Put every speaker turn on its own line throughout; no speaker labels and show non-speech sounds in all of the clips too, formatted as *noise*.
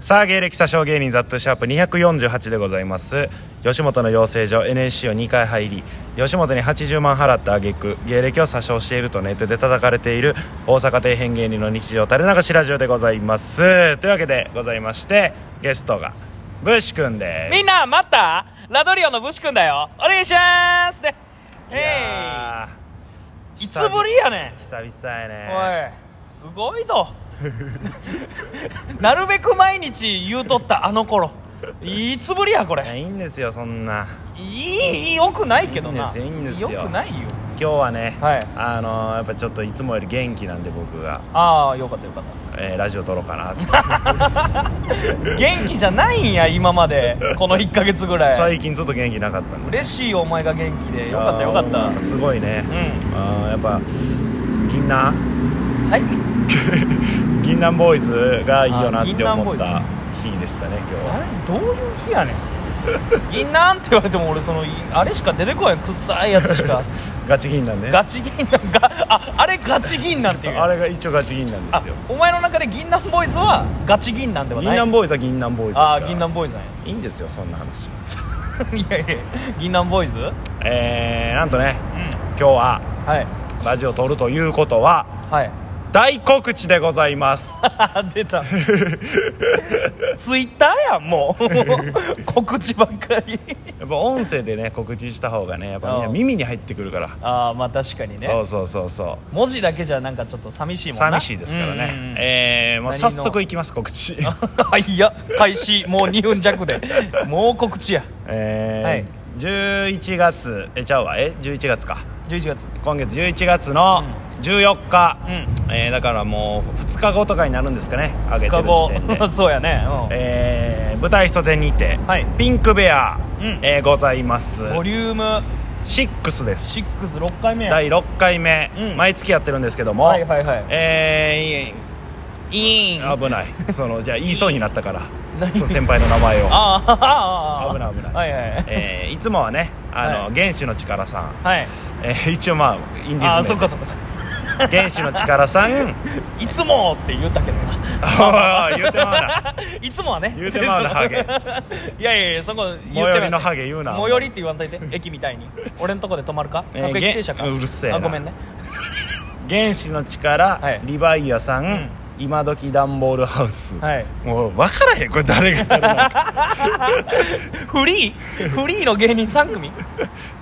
さあ芸歴詐称芸人ザットシャープ248でございます吉本の養成所 NSC を2回入り吉本に80万払った挙句芸歴を詐称しているとネットで叩かれている大阪底辺芸人の日常垂れ流しラジオでございますというわけでございましてゲストがブシ君です
みんな待ったラドリオのブシ君だよお願いしますねえ
や
いいつぶりやね
ー
ん
久々やね
おいすごいぞなるべく毎日言うとったあの頃いつぶりやこ
いや
れ
いいんですよそんない
いいいよくないけどな
いんです
い
よいいんですよ
よくないよ
今日はね、
はい
あのーやっぱちょっといつもより元気なんで僕が、
ああよかったよかった
えーラジオ撮ろうかなって
元気じゃないんや今までこの1ヶ月ぐらい
最近ずっと元気なかったんで
嬉しいよお前が元気でよかったよかっ
あー
た
すごいね
う
あーやっぱ銀杏
んはい
銀杏ボーイズがいいよなって思っ
あ
た日でしたね今日
あ
は
れどういう日やねん銀杏って言われても俺そのいあれしか出てこないくっさいやつ
*laughs*
しか
ガチ銀杏ね
ガチ銀杏がああれガチ銀杏っていう
あれが一応ガチ銀杏で
あ
すよ
お前の中で銀杏ボーイズはガチ銀杏では
銀
ない
杏ボーイズは銀杏ボーイズですから
ああー銀杏ボーイズなんや *laughs*
いいんですよそんな話
いやいや銀杏ボーイズうん
えー、なんとね今日は
はい
ラジオ撮るということは
はい *laughs*
大告知でございます
出
*laughs*
たツイッターやんもう *laughs* 告知ばっか
*laughs*
り
やっぱ音声でね告知した方がねやっぱみんな
うん
耳に入ってくるから、
ああまあ確かにね
そうそうそうそう
文字だけじゃなんかちょっと寂しいもんな
寂しいですからね、
うんうんうん
えーもう
何
早
の
速いきます告知
あ *laughs* いや開始もう2分弱でもう告知や
えー11月えちゃうわえ11月か
11月
今月11月の14日、
う
えーだからもう2日後とかになるんですかね上げて
2日
る
後 *laughs*
時点で
そうやね、うん
えー舞台袖にて、
はい
ピンクベア、
うん
えーございます
ボリューム
6です
66回目や
第6回目、
うん
毎月やってるんですけども、
はいはいはい
え
いい
ー、危ないそのじゃあ言いそうになったから
*laughs* 何
その先輩の名前を
ああああ
危ない危ない
はいはい
えーいつもはねあの、
はい
原始の力さん、
はい
えー一応まあインディ
あ
ー
あ
ズ
そ
名
っ
で
かそっかそっか
原始の力
*laughs*
さんおい
いつもって言ったけ *laughs* ど
おい言うてまうない
つもはね
言うてまうなハゲ
いやいやいやそこ言ってない
最寄りのハゲ言うな
最寄りって言わんといて駅みたいに俺のとこで止まるか
えー
各駅停車か
げうるせえな
あごめんね
原始の力、
はい
リヴァイアさん、
ん
今時ダンボールハウス、
はい
もう分からへんこれ誰が誰
*laughs*
なのか
フリーフリーの芸人3組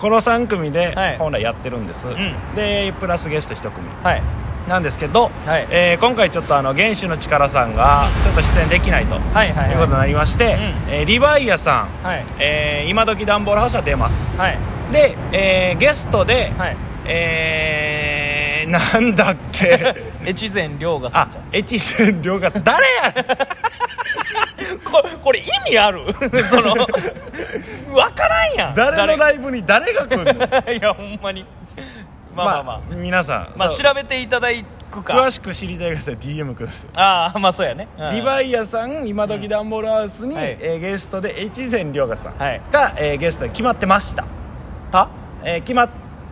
この3組で
はい
本来やってるんです、
ん
でプラスゲスト1組
はい
なんですけど、
はい
えー今回ちょっとあの原始の力さんがちょっと出演できないと、い
はいはいはいう
ことになりまして、
うん
えーリヴァイアさん、
はい
えー今時ダンボールハウスは出ます
はい
で、えーゲストで、
はい
えーなんだっ
*laughs*
け
越前涼がさ
あ
んじゃん
越前涼がさん誰や
これこれ意味ある *laughs* その分からんやん
誰のライブに誰が来るの
*laughs* いやほんまにまあまあまあ、ま
皆さん、
あ、
そう
調べていただくか
詳しく知りたい方は DM ください
ああまあそうやね、うん
リヴァイアさん今時ダンボールハウスに、
うんはい
えーゲストで越前涼がさんが、
はい
えーゲストで決まってました
た
えー決まっ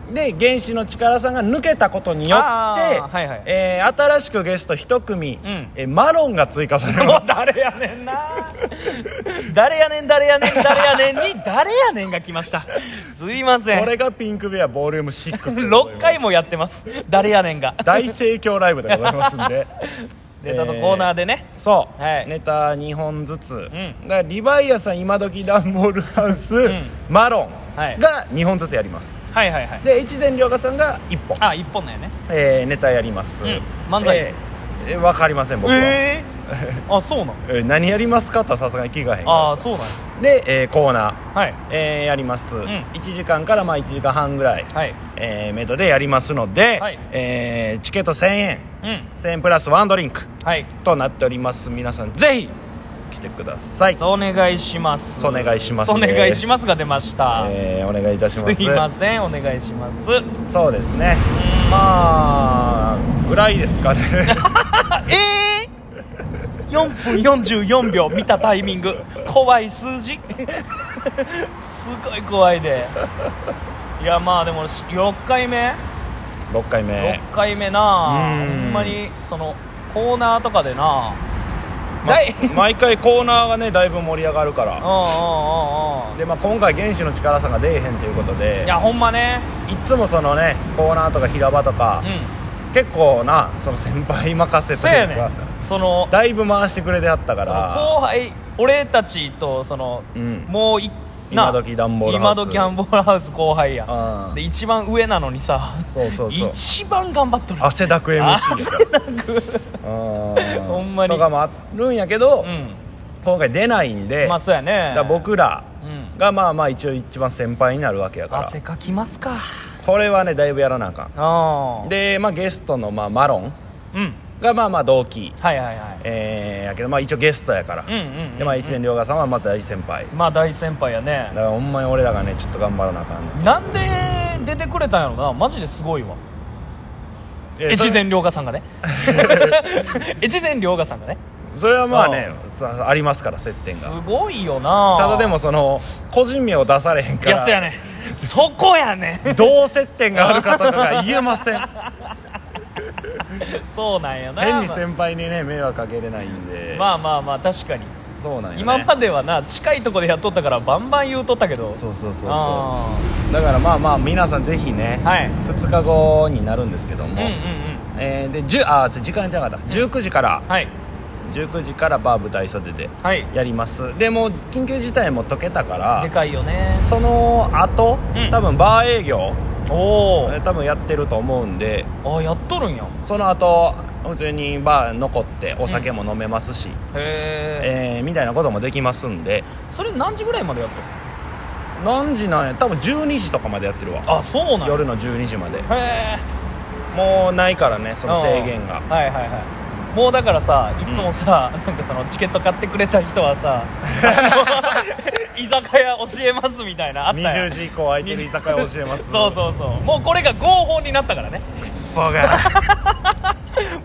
で原始の力さんが抜けたことによって、
あーはいはい
えー新しくゲスト一組、
ん
えーマロンが追加され
*laughs* も
ま
う誰やねんな誰やねん誰やねん誰やねんに誰やねんが来ましたすいますせ
こ
ん
れがピンクベアボリューム6でございま
6
す
回もやってます誰やねんが
大盛況ライブでございますんで
*laughs* ネタとコーナー
で、
でね
えーそう、
はい
ネタ2本ずつ、
ん
だからリヴァイアさん今時ダンボールハウス、
ん
マロン
はい
が2本ずつやります、
はいはいはい
で越前涼河さんが1本、
あ一本だよね
えーネタやります、
うん漫才
えーえーわかりません僕は、
ええあ *laughs* そうなの
えー何やりますかとはさすがに聞かへんから
ああそうなんや
で、えーコーナー、
はい
えーやります、
ん
1時間からまあ1時間半ぐらい、
はい
えーメドでやりますので、
はい
えーチケット1000円
うん
1000円プラスワンドリンク
はい
となっております皆さんぜひ来てください、
お願いします
お願いします
お願いしますが出ました、
えーお願いいたします
すいませんお願いします
そうですねま
ま
あぐらいですかね *laughs*
あえ *laughs* ー、4分44秒見たタイミング怖い数 *laughs* 字すごい怖いでいやまあでも6回目
6回目
6回目な
うん
ほんまにそのコーナーとかでな
ま
第うんうんうん
毎回コーナーがねだいぶ盛り上がるから
うんうん
で、まあ、今回原始の力さんが出えへんということで
いやほんまね
いつもそのねコーナーとか平場とか、
う
結構なその先輩任せ
んそ
と
うや
いう
ね
か
んその
だいぶ回してくれてあったか
その
ら
後輩俺たちとその
うん
もういな
今時ダンボールハウス
今時ハンボールハウス後輩や
うん
で一番上なのにさ
そうそうそう
一番頑張っとる
汗だく MC ですからうん
ほんまに
とかもあるんやけど、
うん
今回出ないんで、
まあそうやね
だから僕ら
うん
がまあまあ一応一番先輩になるわけやから
汗かきますか
これはねだいぶやらなあか
ああ
んで、まあ、ゲストのまあマロン
うん
がまあまあ同期
はいはいはい
えー、やけどまあ一応ゲストやから、
うんうんうん
でまあ一年涼河さんはまた大先輩
まあ大先輩やね
だからほんまに俺らがねちょっと頑張らなあかん
なんで出てくれたんやろなマジですごいわ
え
越
それ
前涼河さんが
*laughs*
ね越前涼河さんがね
それはまあねさありますから接点
す
が
ごいよな
ただでもその個人名を出されへん
い
か
や
ら
そうやねんそこや
*laughs*
ねん
どう接点があるかとかが言えま
*laughs*
せん
そうなんやな
変に先輩にね迷惑かけれないんで
まあまあまあ確かに
そうなんよ、ね、
今まではな近いとこでやっとったからバンバン言うとったけど
そうそうそうそう
あ
だからまあまあ皆さんぜひね、
ーはい
2日後になるんですけど
うん
も、
うんうん
えーで10あ時間じゃなかった19時から
はい
19時からバーブ大袖で
はい
やりますでもう緊急事態も解けたか
で
ら
かいよね
その後、
うん
多分バー営業
おお
えー多分やってると思うんで
あやっとるんや
その後普通にバー残ってお酒も飲めますし、
へえ
えーみたいなこともできますんで
それ何時ぐらいまでやっと
何時なんや多分12時とかまでやってるわ
るあそうなんや
夜の12時まで
へえ
もうないからねその制限が
はいはいはいもうだからさいつもさ、なんかそのチケット買ってくれた人はさあの居酒屋教えますみたいなあったや
20
ん
時以降空いてる居酒屋教えます
そうそうそうもうこれが合法になったからね
くっそが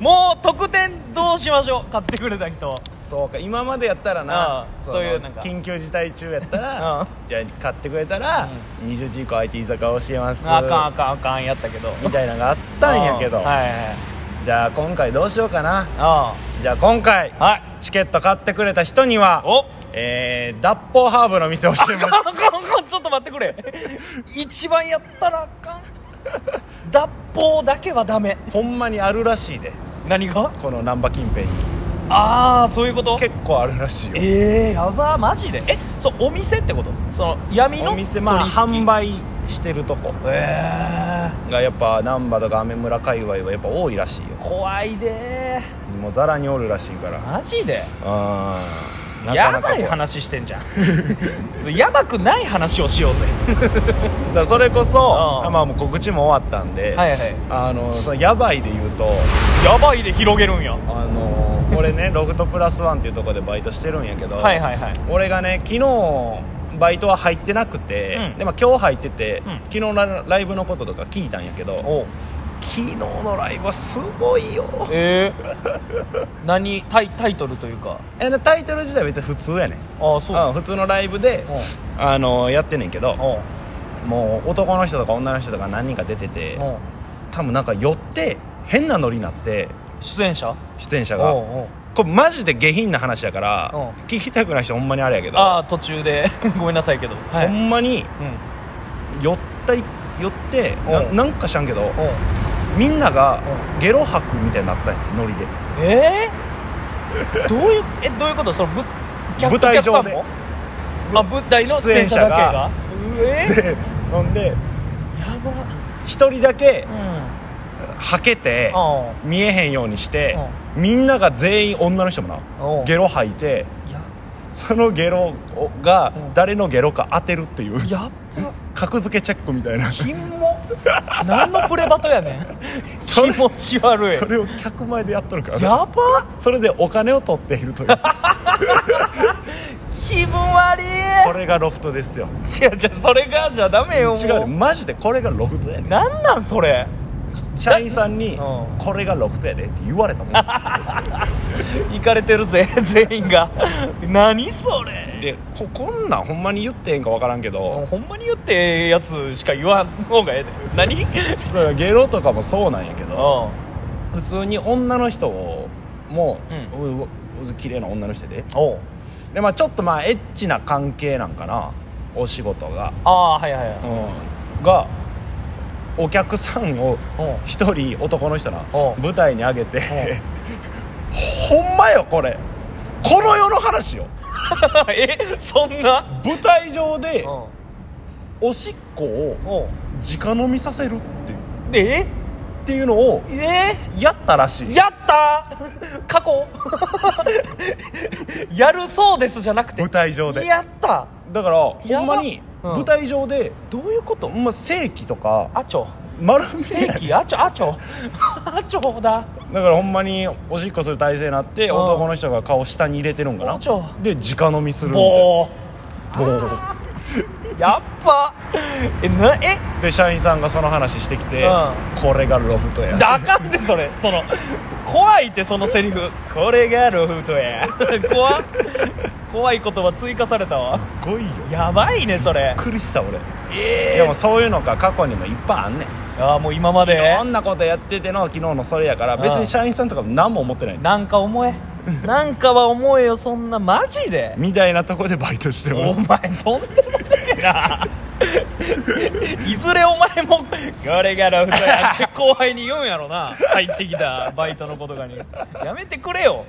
もう特典どうしましょう買ってくれた人
そうか今までやったらな
ああ
の
そういうなんか
緊急事態中やった
あ
ら
あ
じゃあ買ってくれたら20時以降空いてる居酒屋教えます
あかんあかんあかんやったけど
みたいなのがあったんやけど
うんはいはいはい
じゃあ今回どうしようかな
あ
じゃあ今回
あはい
チケット買ってくれた人には
お
えー脱法ハーブの店を教えます
あかんあかんちょっと待ってくれ一番やったらあかん脱法だけはダメ
ほんまにあるらしいで
何が
この難波近辺に
ああそういうこと
結構あるらしいよ
えー、やばマジでえそうお店ってことその闇の
お店まあ
取引
販売してるとこ
え
がやっぱ難波とか雨村界隈はやっぱ多いらしいよ
ー、怖いで
もうザラにおるらしいから
ーマジで
うんなか
や
なか
ばい話してんじゃん *laughs* そうやばくない話をしようぜ *laughs*
だからそれこそ
うん
まあもう告知も終わったんで、
はいはい
あのそのやばいで言うと
やばいで広げるんや
あのこれね *laughs* ロフトプラスワンっていうところでバイトしてるんやけど、
はいはいはい
俺がね昨日バイトは入ってなくて、
うん
でまあ、今日入ってて、
うん
昨日のラライブのこととか聞いたんやけど
おう
昨日のライブはすごいよ
えー、何タイタイトルというか
えでタイトル自体は別に普通やねん
ああそう
うん普通のライブで
おう
あのやってんねんけど
おう
もう男の人とか女の人とか何人か出てて
おう
多分なんか寄って変なノリになって
出演者
出演者
お
が
うおう
これマジで下品な話やから
うん
聞きたくない人ほんまにあれやけど
ああ途中で *laughs* ごめんなさいけど
ほ
はい、うん、
んまに寄ったい寄ってな
うん
なんか知らんけど
おう
みんながゲロ吐くみたいになったんやってノリで
えー、どういうえどういうことそのぶ客
舞台上で
お客さんもあ舞台の出演者だけがうえー、
で *laughs* ほんで
やば
一人だけ
うん
吐けて
あ
見えへんようにしてみんなが全員女の人も
う
なんゲロ吐いて
や
そのゲロが
うん
誰のゲロか当てるっていう
やっば
格付けチェックみたいな
金も何のプレバトやねん
*laughs* それ
気持ち悪い
それを客前でやっとるからね
やば
それでお金を取っている
*laughs*
というこ
気分悪い
れがロフトですよ
違う違うそれがじゃダメよも
違うねマジでこれがロフトやね
なんなんそれ
社員さんに
うん
「これがロフトやで」って言われたもん
行かれてるぜ全員が何それ
でここんなんほんまに言ってええんか分からんけ
もう
ど
ほんまに言ってええやつしか言わん方がええで何
だからゲロとかもそうなんやけど
う
普通に女の人をもう、う綺麗な女の人やで
おう
でまあちょっとまあエッチな関係なんかなお仕事が、
ああはいはいはい
うん、がお客さんを
おう
一人男の人な
おう
舞台に上げて *laughs* ほんまよこれこの世の話よ
*laughs* えそんな
舞台上で
おう
おしっこを
おう
直飲みさせるっていう
で
っていうのを
ええ
やったらしい
やったー過去 *laughs* やるそうですじゃなくて
舞台上で
やった
だから
や
ほ
ば
んまに
うん
舞台上で、
どういうこと
ほんま正規とか
あちょ
丸見え
正 *laughs* 規あちょあちょあちょだ
だからほんまにおしっこする体勢になって
うん
男の人が顔下に入れてるんかな
あちょ
で直飲みするみたいな
も
ボー
うやっぱえなえ
で社員さんがその話してきて、
う
これがロフトや
あかんでそれその怖いってそのセリフこれがロフトや *laughs* 怖っ怖い言葉追加されたわ
すごいよ
やばいねそれ
びっくりした俺、
え
でもそういうのが過去にもいっぱいあんねん
ああもう今まで
いろんなことやってての昨日のそれやから
うん
別に社員さんとかも何も思ってない
なんか思えなんかは思えよそんなマジで
みたいなとこでバイトしてま
お
す
前とんでもねえないずれお前もこれがラフトやって後輩に言うんやろな入ってきたバイトの子とかにやめてくれよ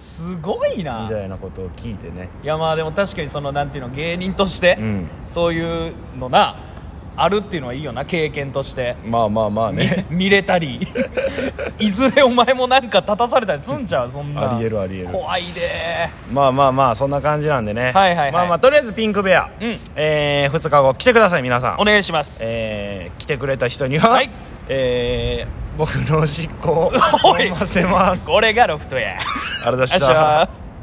すごい
み
な
たいなことを聞いてね
いやまあでも確かにそのなんていうの芸人として、
うん
そういうのなあるっていうのはいいよな経験として
まあまあまあ
み
ね
見れたりいずれお前もなんか立たされたりすんちゃうそんな
ありえるありえる
怖いで
*laughs* まあまあまあそんな感じなんでね
はいはいはい
まあまあとりあえずピンクベア、
うん
えー、2日後来てください皆さん
お願いします
えー、来てくれた人には、
はい
えー、僕のおしっこを
おい
飲ませます
これがロフトや
ありがとうございまし
よいしょ
た